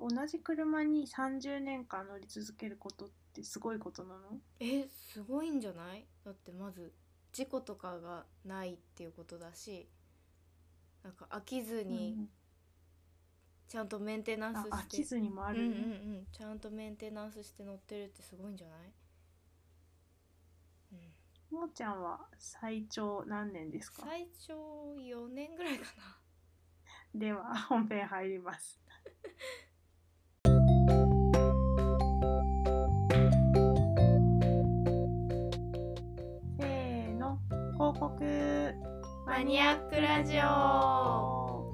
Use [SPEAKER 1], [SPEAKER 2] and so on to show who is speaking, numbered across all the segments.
[SPEAKER 1] 同じ車に30年間乗り続けることってすごいことなの
[SPEAKER 2] えすごいんじゃないだってまず事故とかがないっていうことだしなんか飽きずにちゃんとメンテナ
[SPEAKER 1] うん
[SPEAKER 2] ン
[SPEAKER 1] あ
[SPEAKER 2] ス
[SPEAKER 1] 飽
[SPEAKER 2] して、
[SPEAKER 1] きずにもあ
[SPEAKER 2] うん
[SPEAKER 1] る
[SPEAKER 2] うん
[SPEAKER 1] ね、
[SPEAKER 2] うんちゃんとメンテナンスして乗ってるってすごいんじゃない、うん、
[SPEAKER 1] もーちゃんは最長何年ですか
[SPEAKER 2] 最長4年ぐらいかな
[SPEAKER 1] では 本編入りますせーの広告
[SPEAKER 2] マニアックラジオ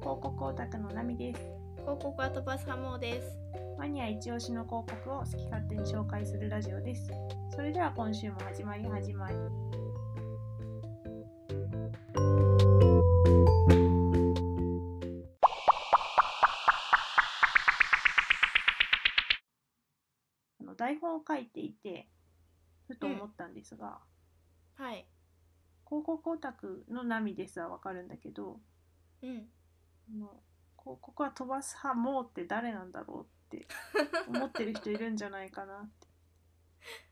[SPEAKER 1] 広告オタクのナミです
[SPEAKER 2] 広告は飛ばすハモーです
[SPEAKER 1] マニア一押しの広告を好き勝手に紹介するラジオですそれでは今週も始まり始まりあの台本を書いていてふと思ったんですが、
[SPEAKER 2] はい
[SPEAKER 1] 広告オタクの波ですはわかるんだけど
[SPEAKER 2] うん
[SPEAKER 1] あの広告は飛ばす派もうって誰なんだろうって思ってる人いるんじゃないかなって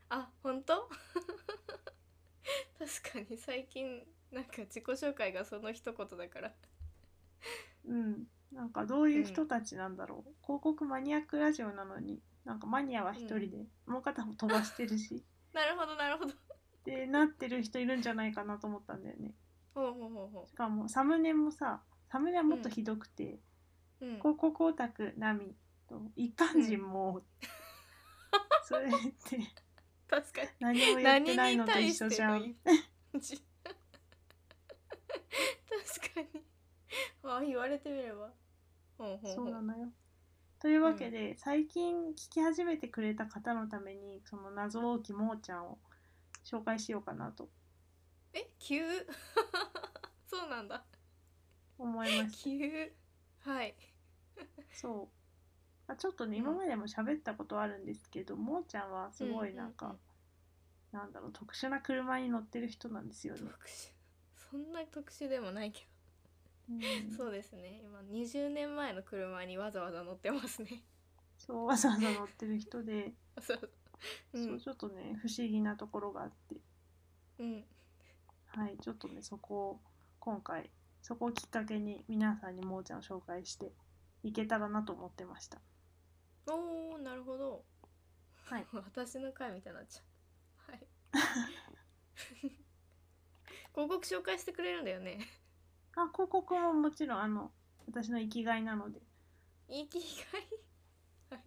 [SPEAKER 2] あ本当 確かに最近なんか自己紹介がその一言だから
[SPEAKER 1] うんなんかどういう人たちなんだろう、広告マニアックラジオなのになんかマニアは一人で、もう片方飛ばしてる し
[SPEAKER 2] なるほどなるほど
[SPEAKER 1] ってなってる人いるんじゃないかなと思ったんだよね
[SPEAKER 2] ほうほうほうほ
[SPEAKER 1] しかもサムネもさサムネはもっとひどくて、
[SPEAKER 2] ううん
[SPEAKER 1] 広告オタクナミと一般人も、 それって
[SPEAKER 2] 確かに
[SPEAKER 1] 何も言っ
[SPEAKER 2] 何
[SPEAKER 1] てないの
[SPEAKER 2] に
[SPEAKER 1] と
[SPEAKER 2] 対
[SPEAKER 1] 一
[SPEAKER 2] して
[SPEAKER 1] 緒
[SPEAKER 2] の
[SPEAKER 1] じゃ ん
[SPEAKER 2] 一般人確かにあ言われてみればほうほう
[SPEAKER 1] そ
[SPEAKER 2] ほ
[SPEAKER 1] う
[SPEAKER 2] う
[SPEAKER 1] なのよ。というわけで、最近聞き始めてくれた方のためにその謎多きもーちゃんを紹介しようかなと
[SPEAKER 2] え急 そうなんだ
[SPEAKER 1] 思います。
[SPEAKER 2] 急はい
[SPEAKER 1] そうあちょっとね
[SPEAKER 2] うん
[SPEAKER 1] 今までも喋ったことあるんですけど、もーちゃんはすごいなんか、
[SPEAKER 2] うんうん
[SPEAKER 1] なんだろう特殊な車に乗ってる人なんですよね
[SPEAKER 2] 特。殊そんな特殊でもないけど
[SPEAKER 1] うん
[SPEAKER 2] そうですね今20年前の車にわざわざ乗ってますね
[SPEAKER 1] そうわざわざ乗ってる人で、
[SPEAKER 2] そうう
[SPEAKER 1] そうんちょっとね不思議なところがあって
[SPEAKER 2] うん
[SPEAKER 1] はいちょっとねそこを今回そこをきっかけに皆さんにもーちゃんを紹介していけたらなと思ってました
[SPEAKER 2] おーなるほど
[SPEAKER 1] はい
[SPEAKER 2] 私の回みたいになっちゃうはい 広告紹介してくれるんだよね
[SPEAKER 1] あ広告ももちろんあの私の生きがいなので
[SPEAKER 2] 生きがいはい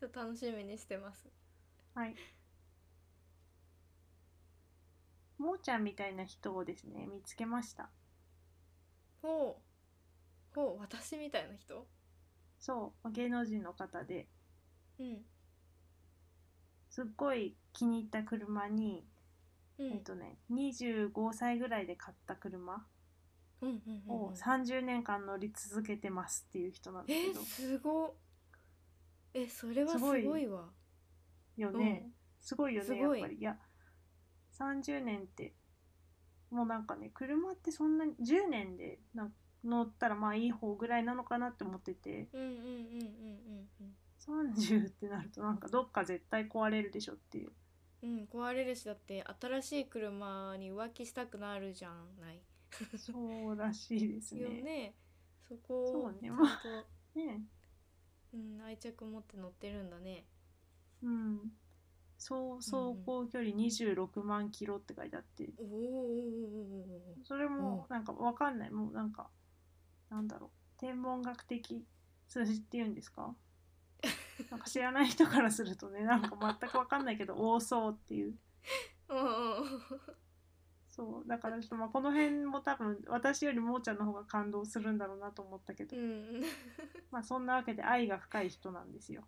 [SPEAKER 2] ちょっと楽しみにしてます
[SPEAKER 1] はいもーちゃんみたいな人をですね見つけました
[SPEAKER 2] ほうほう私みたいな人
[SPEAKER 1] そう芸能人の方で
[SPEAKER 2] うん
[SPEAKER 1] すっごい気に入った車に、
[SPEAKER 2] うん、
[SPEAKER 1] えっとね25歳ぐらいで買った車
[SPEAKER 2] うんうんうん
[SPEAKER 1] を
[SPEAKER 2] うん
[SPEAKER 1] 30年間乗り続けてますっていう人なんだ
[SPEAKER 2] え
[SPEAKER 1] け
[SPEAKER 2] ー
[SPEAKER 1] ど、
[SPEAKER 2] すごっえそれはすご
[SPEAKER 1] すご
[SPEAKER 2] い
[SPEAKER 1] い
[SPEAKER 2] わ
[SPEAKER 1] よね、
[SPEAKER 2] うん
[SPEAKER 1] すごいよ
[SPEAKER 2] す
[SPEAKER 1] ねやっ
[SPEAKER 2] ごい
[SPEAKER 1] ぱりいや30年ってもうなんかね車ってそんなに10年でなん乗ったらまあいい方ぐらいなのかなって思ってて
[SPEAKER 2] うんうんうんうんうん
[SPEAKER 1] 30ってなるとなんかどっか絶対壊れるでしょっていう
[SPEAKER 2] うんうん壊れるしだって新しい車に浮気したくなるじゃない
[SPEAKER 1] そうらしいですね
[SPEAKER 2] よねそこ
[SPEAKER 1] そ
[SPEAKER 2] を
[SPEAKER 1] うね
[SPEAKER 2] ちゃんと、
[SPEAKER 1] まね
[SPEAKER 2] うん、愛着持って乗ってるんだね
[SPEAKER 1] うんそう走行距離26万キロって書いてあって
[SPEAKER 2] おーおーおー
[SPEAKER 1] それもなんかわかんないもうなんかなんだろう天文学的数字っていうんです かなんか知らない人からするとねなんか全くわかんない けど多そうっていう
[SPEAKER 2] おーおーおーおー
[SPEAKER 1] そうだからちょっとまあこの辺も多分私よりもーちゃんの方が感動するんだろうなと思ったけど、
[SPEAKER 2] うんうん
[SPEAKER 1] まあそんなわけで愛が深い人なんですよ。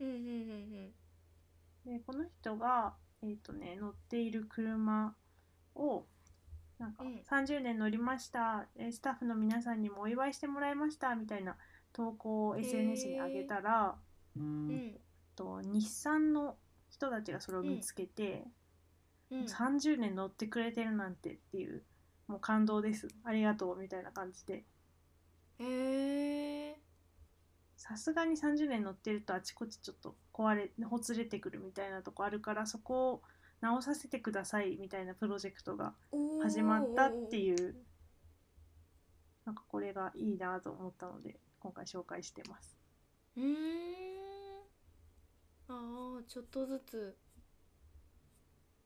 [SPEAKER 2] うんうんうん
[SPEAKER 1] でこの人が、えーとね、乗っている車をなんか
[SPEAKER 2] うん
[SPEAKER 1] 30年乗りました、えースタッフの皆さんにもお祝いしてもらいましたみたいな投稿を SNS に上げたら、
[SPEAKER 2] うん
[SPEAKER 1] えっと日産の人たちがそれを見つけて、
[SPEAKER 2] うんうん
[SPEAKER 1] 30年乗ってくれてるなんてっていうもう感動ですありがとうみたいな感じで
[SPEAKER 2] へえ
[SPEAKER 1] さすがに30年乗ってるとあちこちちょっと壊れほつれてくるみたいなとこあるからそこを直させてくださいみたいなプロジェクトが始まったっていうなんかこれがいいなと思ったので今回紹介してます。
[SPEAKER 2] うーんああちょっとずつ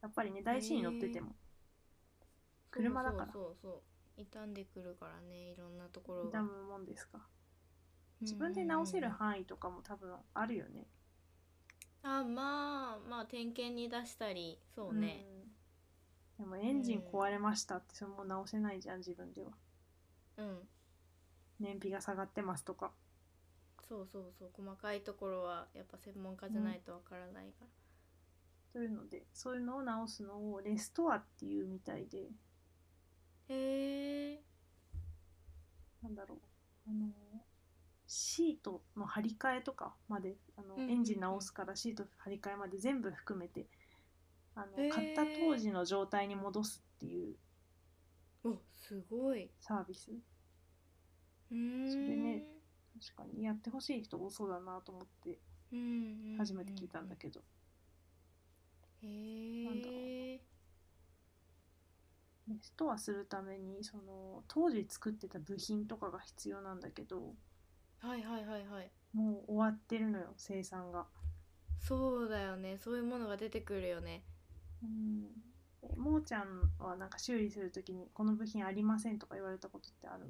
[SPEAKER 1] やっぱりね大事に乗ってても車だから
[SPEAKER 2] そうそうそうそう傷んでくるからねいろんなところ
[SPEAKER 1] 痛
[SPEAKER 2] が
[SPEAKER 1] むもんですか自分で直せる範囲とかも多分あるよね。
[SPEAKER 2] あまあまあ点検に出したりそうね、
[SPEAKER 1] うん。でもエンジン壊れましたってそれも直せないじゃん自分では。
[SPEAKER 2] うん、
[SPEAKER 1] 燃費が下がってますとか。
[SPEAKER 2] そうそうそう細かいところはやっぱ専門家じゃないとわからないから、
[SPEAKER 1] というのでそういうのを直すのをレストアっていうみたいで
[SPEAKER 2] へえ
[SPEAKER 1] なんだろうあのシートの張り替えとかまであの、
[SPEAKER 2] うんうんうん
[SPEAKER 1] エンジン直すからシート張り替えまで全部含めてあの、
[SPEAKER 2] へー
[SPEAKER 1] 買った当時の状態に戻すっていう
[SPEAKER 2] おすごいう
[SPEAKER 1] サービス
[SPEAKER 2] ーん
[SPEAKER 1] それね確かにやってほしい人多そうだなと思って
[SPEAKER 2] うんうんうん
[SPEAKER 1] 初めて聞いたんだけど、
[SPEAKER 2] へ
[SPEAKER 1] なんだろ
[SPEAKER 2] え
[SPEAKER 1] レストアするためにその当時作ってた部品とかが必要なんだけど
[SPEAKER 2] はいはいはいはい
[SPEAKER 1] もう終わってるのよ生産が。
[SPEAKER 2] そうだよねそういうものが出てくるよね
[SPEAKER 1] うんえもーちゃんはなんか修理するときにこの部品ありませんとか言われたことってある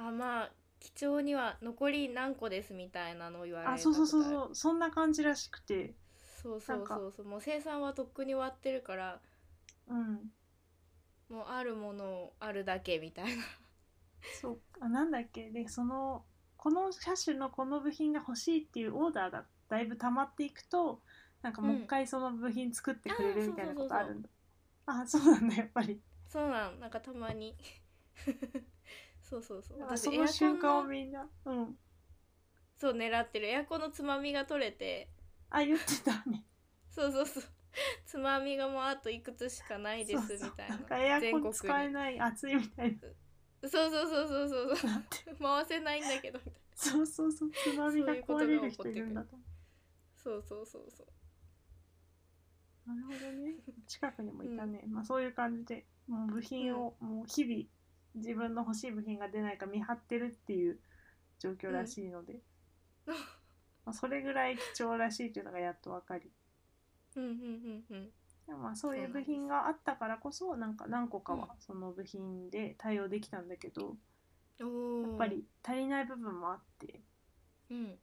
[SPEAKER 1] の
[SPEAKER 2] あまあ貴重には残り何個ですみたいなのを言われた
[SPEAKER 1] あ
[SPEAKER 2] こと
[SPEAKER 1] そうそうそう
[SPEAKER 2] ある
[SPEAKER 1] そうそんな感じらしくて
[SPEAKER 2] そうそうそうそうもう生産はとっくに終わってるから
[SPEAKER 1] うん
[SPEAKER 2] もうあるものをあるだけみたいな
[SPEAKER 1] そうあなんだっけでそのこの車種のこの部品が欲しいっていうオーダーがだいぶ溜まっていくとなんかもう一回その部品作ってくれ
[SPEAKER 2] あー
[SPEAKER 1] るみたいなこと
[SPEAKER 2] そう
[SPEAKER 1] あ
[SPEAKER 2] そうそうそう
[SPEAKER 1] るんだ、あそうなんだやっぱり
[SPEAKER 2] そうなんなんかたま にそうそうそう
[SPEAKER 1] なんかそ
[SPEAKER 2] エアコン
[SPEAKER 1] の瞬間をみんなうん
[SPEAKER 2] そう狙ってるエアコンのつまみが取れて
[SPEAKER 1] あ言ってたね
[SPEAKER 2] そうそう そうつまみがもうあといくつしかないで
[SPEAKER 1] そ
[SPEAKER 2] す
[SPEAKER 1] う
[SPEAKER 2] み
[SPEAKER 1] そう
[SPEAKER 2] たい
[SPEAKER 1] な
[SPEAKER 2] なん
[SPEAKER 1] かエアコン使え
[SPEAKER 2] に
[SPEAKER 1] ない暑いみたいな
[SPEAKER 2] そうそうそうそうそう そう
[SPEAKER 1] なって
[SPEAKER 2] 回せないんだけどみたいな
[SPEAKER 1] そうそうそうつまみが壊れる人いるんだと思
[SPEAKER 2] そうそうそうそう
[SPEAKER 1] うなるほど ね近くにもいたね、まあそういう感じでもう部品をもう日々自分の欲しい部品が出ないか見張ってるっていう状況らしいので、
[SPEAKER 2] う ん
[SPEAKER 1] まあそれぐらい貴重らしいというのがやっと分かり
[SPEAKER 2] うんうんうんうん
[SPEAKER 1] でもまあそういう
[SPEAKER 2] そうなん
[SPEAKER 1] 部
[SPEAKER 2] です
[SPEAKER 1] 品があったからこそなんか何個かはその部品で対応できたんだけど、
[SPEAKER 2] おー
[SPEAKER 1] やっぱり足りない部分もあって
[SPEAKER 2] うん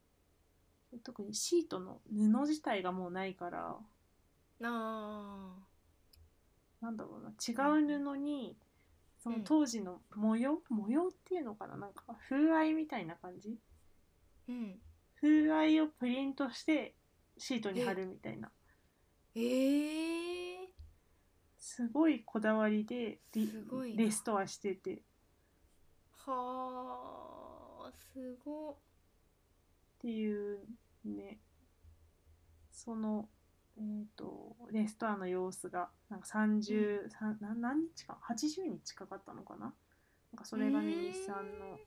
[SPEAKER 1] 特にシートの布自体がもうないから
[SPEAKER 2] あ
[SPEAKER 1] なんだろうな違う布にその
[SPEAKER 2] うん
[SPEAKER 1] 当時の模様、模様っていうのかななんか風合いみたいな感じ
[SPEAKER 2] ーうん
[SPEAKER 1] 風合いをプリントしてシートに貼るみたいな
[SPEAKER 2] ええ
[SPEAKER 1] すごいこだわりでリ
[SPEAKER 2] すごいな
[SPEAKER 1] レストアしててっ
[SPEAKER 2] はあすごって
[SPEAKER 1] いうねそのえー、とレストアの様子がなんか30、さんな何日か80日かかったのかななんかそれがね
[SPEAKER 2] うーん
[SPEAKER 1] 日産の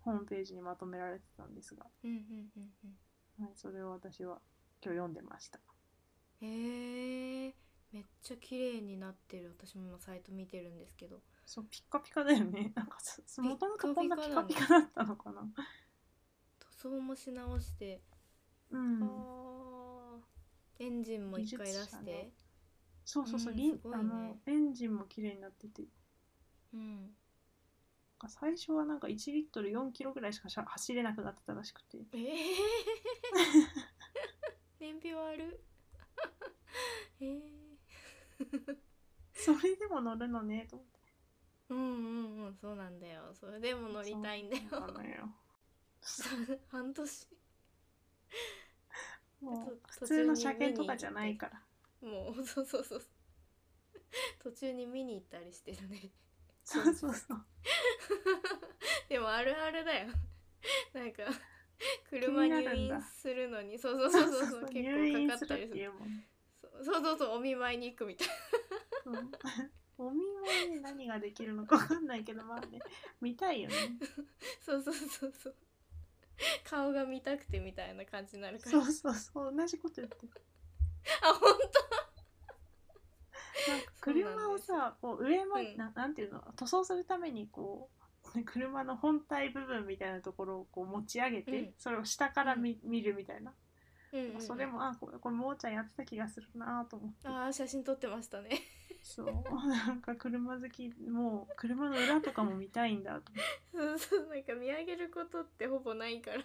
[SPEAKER 1] ホームページにまとめられてたんですが
[SPEAKER 2] うんうんうんうん
[SPEAKER 1] はい、それを私は今日読んでました。
[SPEAKER 2] へえめっちゃ綺麗になってる私も今サイト見てるんですけど
[SPEAKER 1] そう、ピッカピカだよね。 なんかそ、そ
[SPEAKER 2] ピッ
[SPEAKER 1] も
[SPEAKER 2] カ
[SPEAKER 1] ともと
[SPEAKER 2] ピカ
[SPEAKER 1] こんなピカ
[SPEAKER 2] だね
[SPEAKER 1] ピカだったのかな。
[SPEAKER 2] 塗装もし直して、
[SPEAKER 1] うん
[SPEAKER 2] あ。あエンジンも一回出
[SPEAKER 1] 技術
[SPEAKER 2] し
[SPEAKER 1] 者
[SPEAKER 2] て
[SPEAKER 1] ねそうそうそう、
[SPEAKER 2] うん
[SPEAKER 1] リン
[SPEAKER 2] すごいね
[SPEAKER 1] あのエンジンも綺麗になってて、なん
[SPEAKER 2] うん
[SPEAKER 1] か最初はなんか1リットル4キロぐらいしかしゃ走れなくなってたらしくて、
[SPEAKER 2] ええ燃費悪 ええ
[SPEAKER 1] それでも乗るのねと思って。
[SPEAKER 2] うんうんうんそうなんだよそれでも乗りたいんだよ
[SPEAKER 1] そうなの よ。
[SPEAKER 2] 半年
[SPEAKER 1] もう
[SPEAKER 2] 途
[SPEAKER 1] 普
[SPEAKER 2] 中に
[SPEAKER 1] 通の車検とかじゃないから。
[SPEAKER 2] もうそうそうそう途中に見に行ったりしてるね
[SPEAKER 1] そ
[SPEAKER 2] 見
[SPEAKER 1] う
[SPEAKER 2] に
[SPEAKER 1] そうそう。
[SPEAKER 2] でもあるあるだよ なんか
[SPEAKER 1] に
[SPEAKER 2] 車
[SPEAKER 1] な
[SPEAKER 2] 入
[SPEAKER 1] るんだ
[SPEAKER 2] 院するのにそうそうそうそうそう結
[SPEAKER 1] 入院
[SPEAKER 2] 構かか
[SPEAKER 1] する
[SPEAKER 2] った
[SPEAKER 1] っ
[SPEAKER 2] りす
[SPEAKER 1] てい
[SPEAKER 2] る
[SPEAKER 1] うもん。
[SPEAKER 2] そうそうそうそうお見舞いに行くみたい
[SPEAKER 1] うんお見舞いに何ができるのかわかんないけど、まあね、見たいよね。
[SPEAKER 2] そうそうそうそう顔が見たくてみたいな感じになるから
[SPEAKER 1] そうそうそう同じこと言ってる
[SPEAKER 2] あ本
[SPEAKER 1] なんか
[SPEAKER 2] そうなんです
[SPEAKER 1] 車をさこう上ま、
[SPEAKER 2] うん
[SPEAKER 1] ななんていうの塗装するためにこう車の本体部分みたいなところをこう持ち上げて、
[SPEAKER 2] うん
[SPEAKER 1] それを下から見,、見るみたいな、
[SPEAKER 2] 当、うんうんうん
[SPEAKER 1] それもあこれこれもーちゃんやってた気がするなと思って
[SPEAKER 2] あー写真撮ってましたね
[SPEAKER 1] そうなんか車好きもう車の裏とかも見たいんだと
[SPEAKER 2] そうそうなんか見上げることってほぼないから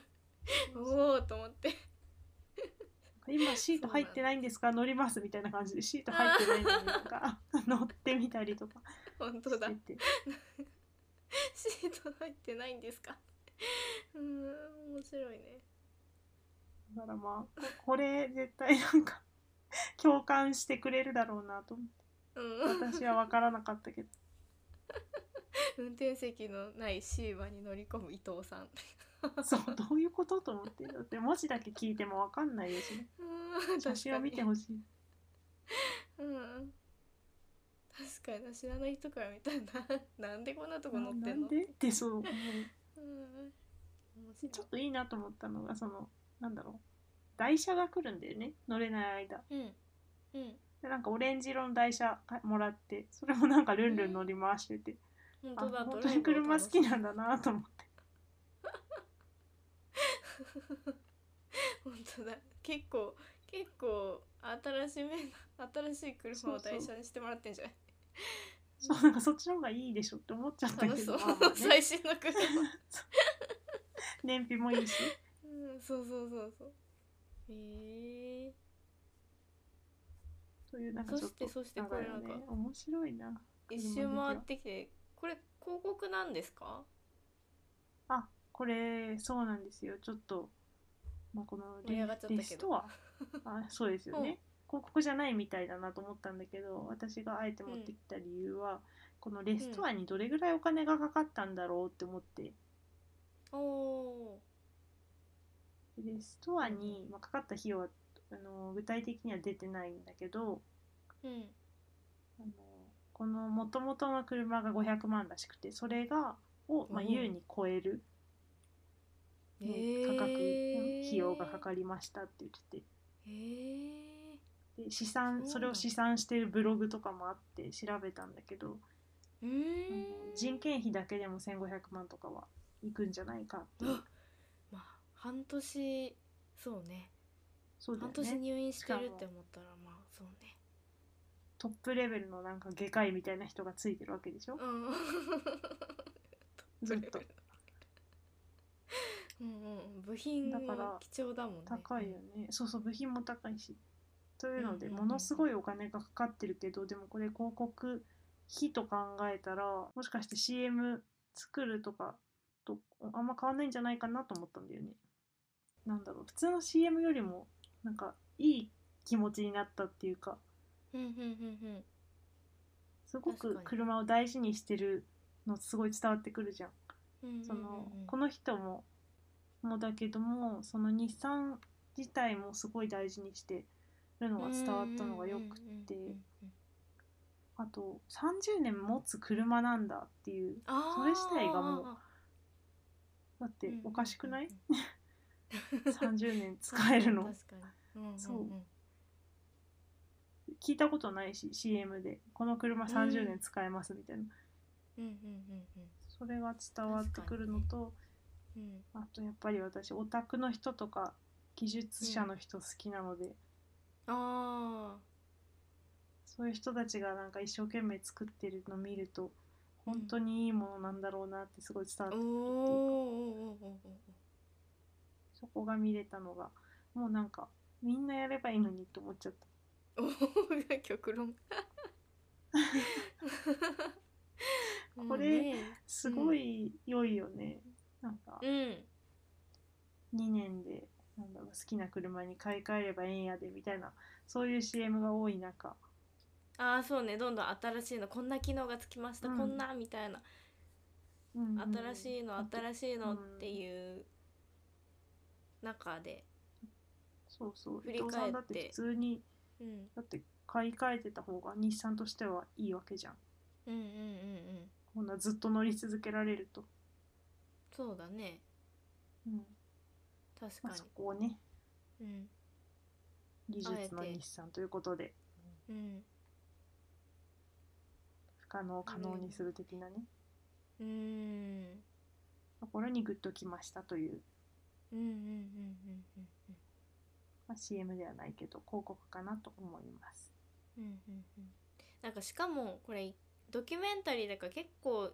[SPEAKER 1] 思って
[SPEAKER 2] おおと思って
[SPEAKER 1] 今シート入ってないんですか乗りますみたいな感じでシート入ってないのになんか 乗ってみたりとか
[SPEAKER 2] 本当
[SPEAKER 1] し
[SPEAKER 2] だ
[SPEAKER 1] てて
[SPEAKER 2] シート入ってないんですかうーん面白いね
[SPEAKER 1] だからまあここれ絶対なんか共感してくれるだろうなと思って。
[SPEAKER 2] うん
[SPEAKER 1] 私は分からなかった けど
[SPEAKER 2] 運転席のないシーバに乗り込む伊藤さん
[SPEAKER 1] そうどういうことと思ってだって文字だけ聞いても分かんないですね
[SPEAKER 2] うーん
[SPEAKER 1] 写真を見て
[SPEAKER 2] 確
[SPEAKER 1] ほしい
[SPEAKER 2] かにうん確かにな知らない人から見たら ななんでこんなとこ
[SPEAKER 1] な
[SPEAKER 2] 乗って
[SPEAKER 1] なん
[SPEAKER 2] の
[SPEAKER 1] んでってそう思う
[SPEAKER 2] うん面
[SPEAKER 1] でちょ
[SPEAKER 2] 白
[SPEAKER 1] っといいなと思ったのがそのなんだろう台車が来るんだよね乗れない間
[SPEAKER 2] いうんうん
[SPEAKER 1] でなんかオレンジ色の台車かもらってそれもなんかルンルン乗り回してて、
[SPEAKER 2] 本
[SPEAKER 1] あ
[SPEAKER 2] 当だ
[SPEAKER 1] 本
[SPEAKER 2] ド
[SPEAKER 1] 当
[SPEAKER 2] ライ
[SPEAKER 1] に
[SPEAKER 2] ブを
[SPEAKER 1] 車好き
[SPEAKER 2] 楽し
[SPEAKER 1] なんだなと思って
[SPEAKER 2] む 本当だ結構結構新しめな新しい車を台車にしてもらってんじゃない
[SPEAKER 1] そうなんかそっちの方がいいでしょって思っちゃった
[SPEAKER 2] 楽
[SPEAKER 1] け
[SPEAKER 2] しそ
[SPEAKER 1] ど
[SPEAKER 2] う、
[SPEAKER 1] まあまあね
[SPEAKER 2] 最新の車
[SPEAKER 1] 燃費もいいし
[SPEAKER 2] うんそうそうそうそうへえ
[SPEAKER 1] というなんかちょ
[SPEAKER 2] そ
[SPEAKER 1] っ
[SPEAKER 2] して
[SPEAKER 1] と
[SPEAKER 2] そしてこれなんか
[SPEAKER 1] ね面白いな
[SPEAKER 2] 一周回ってきてこれ広告なんですか
[SPEAKER 1] あこれそうなんですよちょっと、まあ、この
[SPEAKER 2] 盛り上がっちゃったけど
[SPEAKER 1] レストはあそうですよね、
[SPEAKER 2] うん
[SPEAKER 1] 広告じゃないみたいだなと思ったんだけど私があえて持ってきた理由は、このレストアにどれぐらいお金がかかったんだろうって思って
[SPEAKER 2] おお
[SPEAKER 1] レストアに、まあ、かかった費用はあの具体的には出てないんだけど
[SPEAKER 2] ーうん
[SPEAKER 1] あのこの元々の車が500万らしくてそれがを、まあ、
[SPEAKER 2] うん
[SPEAKER 1] 優に超える、ね価格費用がかか
[SPEAKER 2] る
[SPEAKER 1] りましたって言ってて。
[SPEAKER 2] へえ
[SPEAKER 1] で試算それを試算してるブログとかもあって調べたんだけど、
[SPEAKER 2] うー
[SPEAKER 1] あの
[SPEAKER 2] ん
[SPEAKER 1] 人件費だけでも1500万とかはいくんじゃないかっていう
[SPEAKER 2] あまあ半年そうね
[SPEAKER 1] そうだ
[SPEAKER 2] 半
[SPEAKER 1] よ
[SPEAKER 2] 年
[SPEAKER 1] ね
[SPEAKER 2] 入院してるって思ったらまあそうね
[SPEAKER 1] トップレベルのなんか外科医みたいな人がついてるわけでしょ
[SPEAKER 2] うん
[SPEAKER 1] ずっと
[SPEAKER 2] うんうん部品
[SPEAKER 1] だから
[SPEAKER 2] も貴重だもんね
[SPEAKER 1] 高いよねそうそう部品も高いしというので
[SPEAKER 2] うんうんう
[SPEAKER 1] も
[SPEAKER 2] ん
[SPEAKER 1] のすごいお金がかかってるけどでもこれ広告費と考えたらもしかして CM 作るとかとあんま変わんないんじゃないかなと思ったんだよねなんだろう普通の CM よりもなんかいい気持ちになったっていうか
[SPEAKER 2] うんうんうん
[SPEAKER 1] すご
[SPEAKER 2] 確
[SPEAKER 1] く
[SPEAKER 2] かに
[SPEAKER 1] 車を大事にしてるのすごい伝わってくるじゃん
[SPEAKER 2] うんうん
[SPEAKER 1] その
[SPEAKER 2] うんうん
[SPEAKER 1] この人ももだけどもその日産自体もすごい大事にしてるのが伝わったのがよくて
[SPEAKER 2] うんうんうんうん
[SPEAKER 1] あと30年持つ車なんだっていう
[SPEAKER 2] あー
[SPEAKER 1] それ自体がもう
[SPEAKER 2] あ
[SPEAKER 1] だって
[SPEAKER 2] ーあー
[SPEAKER 1] おかしく ない
[SPEAKER 2] うんうんうん
[SPEAKER 1] ?30 年使えるの
[SPEAKER 2] 確かにうんうんうん
[SPEAKER 1] そう聞いたことないし CM でこの車30年使えますみたいな
[SPEAKER 2] うんうんうん
[SPEAKER 1] それが伝わってくるのと
[SPEAKER 2] うんうん
[SPEAKER 1] あとやっぱり私オタクの人とか技術者の人好きなので
[SPEAKER 2] あ
[SPEAKER 1] そういう人たちがなんか一生懸命作ってるの見ると本当にいいものなんだろうなってすごい伝わっ
[SPEAKER 2] あお
[SPEAKER 1] て
[SPEAKER 2] ーおー
[SPEAKER 1] くる
[SPEAKER 2] おーおーおー
[SPEAKER 1] そこが見れたのがもうなんかみんなやればいいのにって思っちゃった
[SPEAKER 2] おーが極論
[SPEAKER 1] これ
[SPEAKER 2] も
[SPEAKER 1] すごい良いよね、なんか
[SPEAKER 2] うね
[SPEAKER 1] 2年でなんだろう好きな車に買い替えればええんやでみたいなそういう CM が多い中
[SPEAKER 2] うんああそうねどんどん新しいのこんな機能がつきました、
[SPEAKER 1] うん
[SPEAKER 2] こんなみたいな
[SPEAKER 1] うんうん
[SPEAKER 2] 新しいの新しいのっていう中で、
[SPEAKER 1] そうそう
[SPEAKER 2] 振
[SPEAKER 1] 伊
[SPEAKER 2] り返って
[SPEAKER 1] 藤さんだって普通に
[SPEAKER 2] うん、
[SPEAKER 1] だって買い替えてた方が日産としてはいいわけじゃん
[SPEAKER 2] うんうんうんうん
[SPEAKER 1] こんなずっと乗り続けられると、
[SPEAKER 2] そうだね
[SPEAKER 1] うん
[SPEAKER 2] 確か
[SPEAKER 1] まあ、そこをね
[SPEAKER 2] にうん
[SPEAKER 1] 技術の
[SPEAKER 2] あえて
[SPEAKER 1] 日産ということで
[SPEAKER 2] うん
[SPEAKER 1] 不可能を可能にする的なね、
[SPEAKER 2] うーん
[SPEAKER 1] ところにグッときましたという、
[SPEAKER 2] うんうんうんうんうんうん
[SPEAKER 1] まあ、CM ではないけど広告かなと思います。
[SPEAKER 2] うんうんうんなんかしかもこれドキュメンタリーだから結構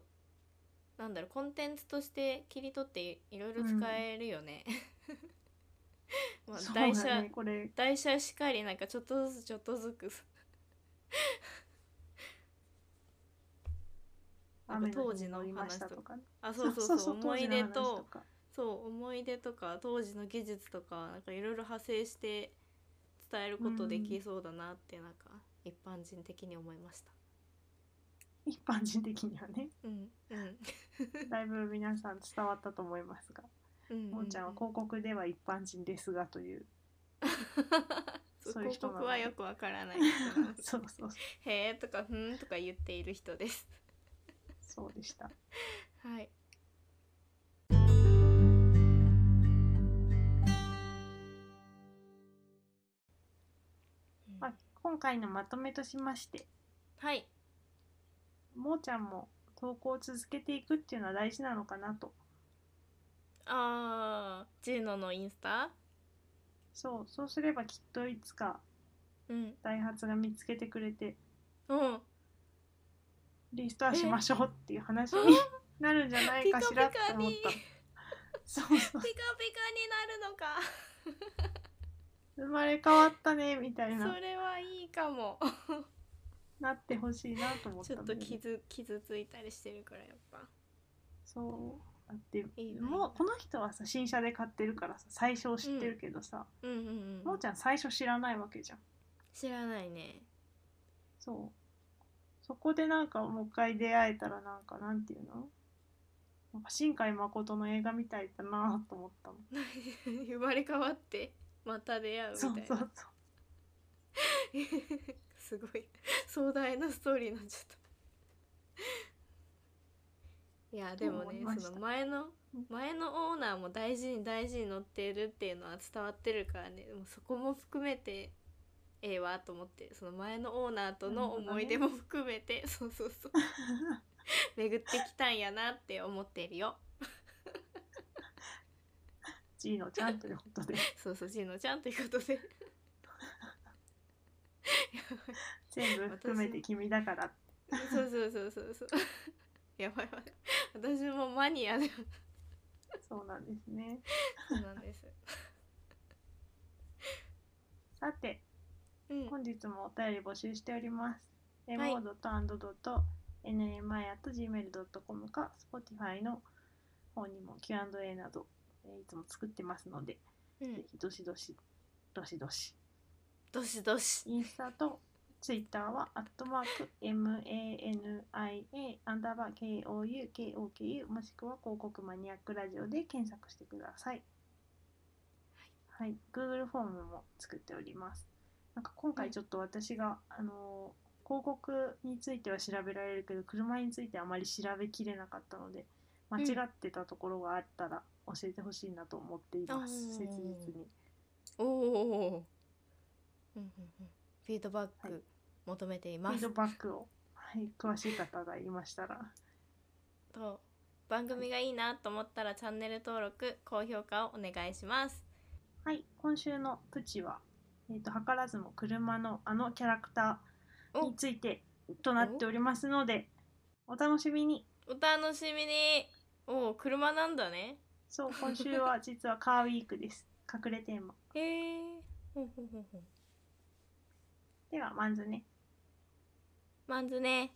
[SPEAKER 2] なんだろうコンテンツとして切り取っていいろいろ使えるよね。ま
[SPEAKER 1] そ
[SPEAKER 2] あ
[SPEAKER 1] うだ
[SPEAKER 2] 台
[SPEAKER 1] ね
[SPEAKER 2] 車、
[SPEAKER 1] これ
[SPEAKER 2] 台車しかりなんかちょっとずつちょっとずつなんか
[SPEAKER 1] 雨
[SPEAKER 2] 当
[SPEAKER 1] の
[SPEAKER 2] 時
[SPEAKER 1] 日
[SPEAKER 2] の
[SPEAKER 1] 乗りました
[SPEAKER 2] 話と
[SPEAKER 1] と
[SPEAKER 2] か
[SPEAKER 1] かね
[SPEAKER 2] あそうそうそう思い出
[SPEAKER 1] 当時の話
[SPEAKER 2] と
[SPEAKER 1] か
[SPEAKER 2] そう思い出とか当時の技術とかなんかいろいろ派生して伝えることできそうだなってなんか一般人的に思いました。
[SPEAKER 1] 一般人的にはね
[SPEAKER 2] うんうん
[SPEAKER 1] だいぶ皆さん伝わったと思いますが、
[SPEAKER 2] うん
[SPEAKER 1] もんちゃんは広告では一般人ですがと いう
[SPEAKER 2] そ う
[SPEAKER 1] そういう
[SPEAKER 2] 広
[SPEAKER 1] 人なの
[SPEAKER 2] 告
[SPEAKER 1] で
[SPEAKER 2] はよくわからない人なんです
[SPEAKER 1] そうそう
[SPEAKER 2] へえとかふーんとか言っている人です。
[SPEAKER 1] そうでした。
[SPEAKER 2] はい。
[SPEAKER 1] まあ、今回のまとめとしまして
[SPEAKER 2] はい。
[SPEAKER 1] もーちゃんも投稿を続けていくっていうのは大事なのかなと
[SPEAKER 2] あージーノのインスタ。
[SPEAKER 1] そうそうすればきっといつか
[SPEAKER 2] うん。
[SPEAKER 1] ダイハツが見つけてくれて
[SPEAKER 2] うん。
[SPEAKER 1] リストアしましょうっていう話になるんじゃない
[SPEAKER 2] ピカ
[SPEAKER 1] か
[SPEAKER 2] ピ
[SPEAKER 1] し
[SPEAKER 2] カ
[SPEAKER 1] ら
[SPEAKER 2] に。
[SPEAKER 1] と
[SPEAKER 2] ピカピカに
[SPEAKER 1] 思ったそうそう
[SPEAKER 2] なるのか。
[SPEAKER 1] 生まれ変わったねみたいな
[SPEAKER 2] それはいいかも。
[SPEAKER 1] なってほしいなと思った
[SPEAKER 2] ちょっ
[SPEAKER 1] んだ
[SPEAKER 2] と
[SPEAKER 1] よね
[SPEAKER 2] 傷傷ついたりしてるからやっぱ。
[SPEAKER 1] そうだって
[SPEAKER 2] いいよね
[SPEAKER 1] もうこの人はさ新車で買ってるからさ最初知ってるけどさ、
[SPEAKER 2] うんうんう
[SPEAKER 1] も
[SPEAKER 2] ん
[SPEAKER 1] ーち。ゃん最初知らないわけじゃん
[SPEAKER 2] 知らないね。
[SPEAKER 1] そうそこでなんかもう一回出会えたらなんかなんていうのなんか新海誠の映画みたいだなと思ったもん
[SPEAKER 2] 生まれ変わってまた出会うみた
[SPEAKER 1] そ
[SPEAKER 2] いうな。
[SPEAKER 1] そうそう
[SPEAKER 2] すごい壮大なストーリーになっちゃったいやでも
[SPEAKER 1] そう
[SPEAKER 2] ね
[SPEAKER 1] 思いました
[SPEAKER 2] その前の前のオーナーも大事に大事に乗ってるっていうのは伝わってるからねでもそこも含めてええわと思ってその前のオーナーとの思い出も含めて、 そうそう そう巡ってきたんやなって思ってるよ
[SPEAKER 1] ジーノちゃんということで
[SPEAKER 2] そうそうしのちゃんということで
[SPEAKER 1] 全部含めて君だから
[SPEAKER 2] そうそうそうそうそう やばいやばい私もマニアで
[SPEAKER 1] そうなんですね
[SPEAKER 2] そうなんです
[SPEAKER 1] さて
[SPEAKER 2] うん
[SPEAKER 1] 本日もお便り募集しております。
[SPEAKER 2] い
[SPEAKER 1] mo.and.nmi.gmail.com か Spotify の方にも Q&A など、えーいつも作ってますので、
[SPEAKER 2] うん
[SPEAKER 1] ぜひどしどし、どしどし。
[SPEAKER 2] どしどし。
[SPEAKER 1] インスタと Twitter は、アットマーク、mania、アンダーバー、kou、koku、もしくは広告マニアックラジオで検索してください。はい、Google フォームも作っております。なんか今
[SPEAKER 2] う
[SPEAKER 1] 回
[SPEAKER 2] ん
[SPEAKER 1] ちょっと私が、あのー広告については調べられるけど車についてあまり調べきれなかったので間違ってたところがあったら教えてほしいなと思っています、
[SPEAKER 2] うん
[SPEAKER 1] 切実に
[SPEAKER 2] おお。うんうんうん。フィードバッ
[SPEAKER 1] はい
[SPEAKER 2] ク求めてい
[SPEAKER 1] フィ
[SPEAKER 2] ま
[SPEAKER 1] ー
[SPEAKER 2] す
[SPEAKER 1] ド。バックを、はい、詳しい方がいましたら
[SPEAKER 2] と番組がいいなと思ったらチャンネル登録、高評価をお願いします。
[SPEAKER 1] はい、今週のプチは、えー、と図らずも車のあのキャラクターについてとなっておりますのでお楽しみに
[SPEAKER 2] お楽しみに。おお、車なんだね。
[SPEAKER 1] そう今週は実はカーウィークです隠れテーマ
[SPEAKER 2] へえ。ほんほんほんほん。
[SPEAKER 1] ではまずね
[SPEAKER 2] マンズね。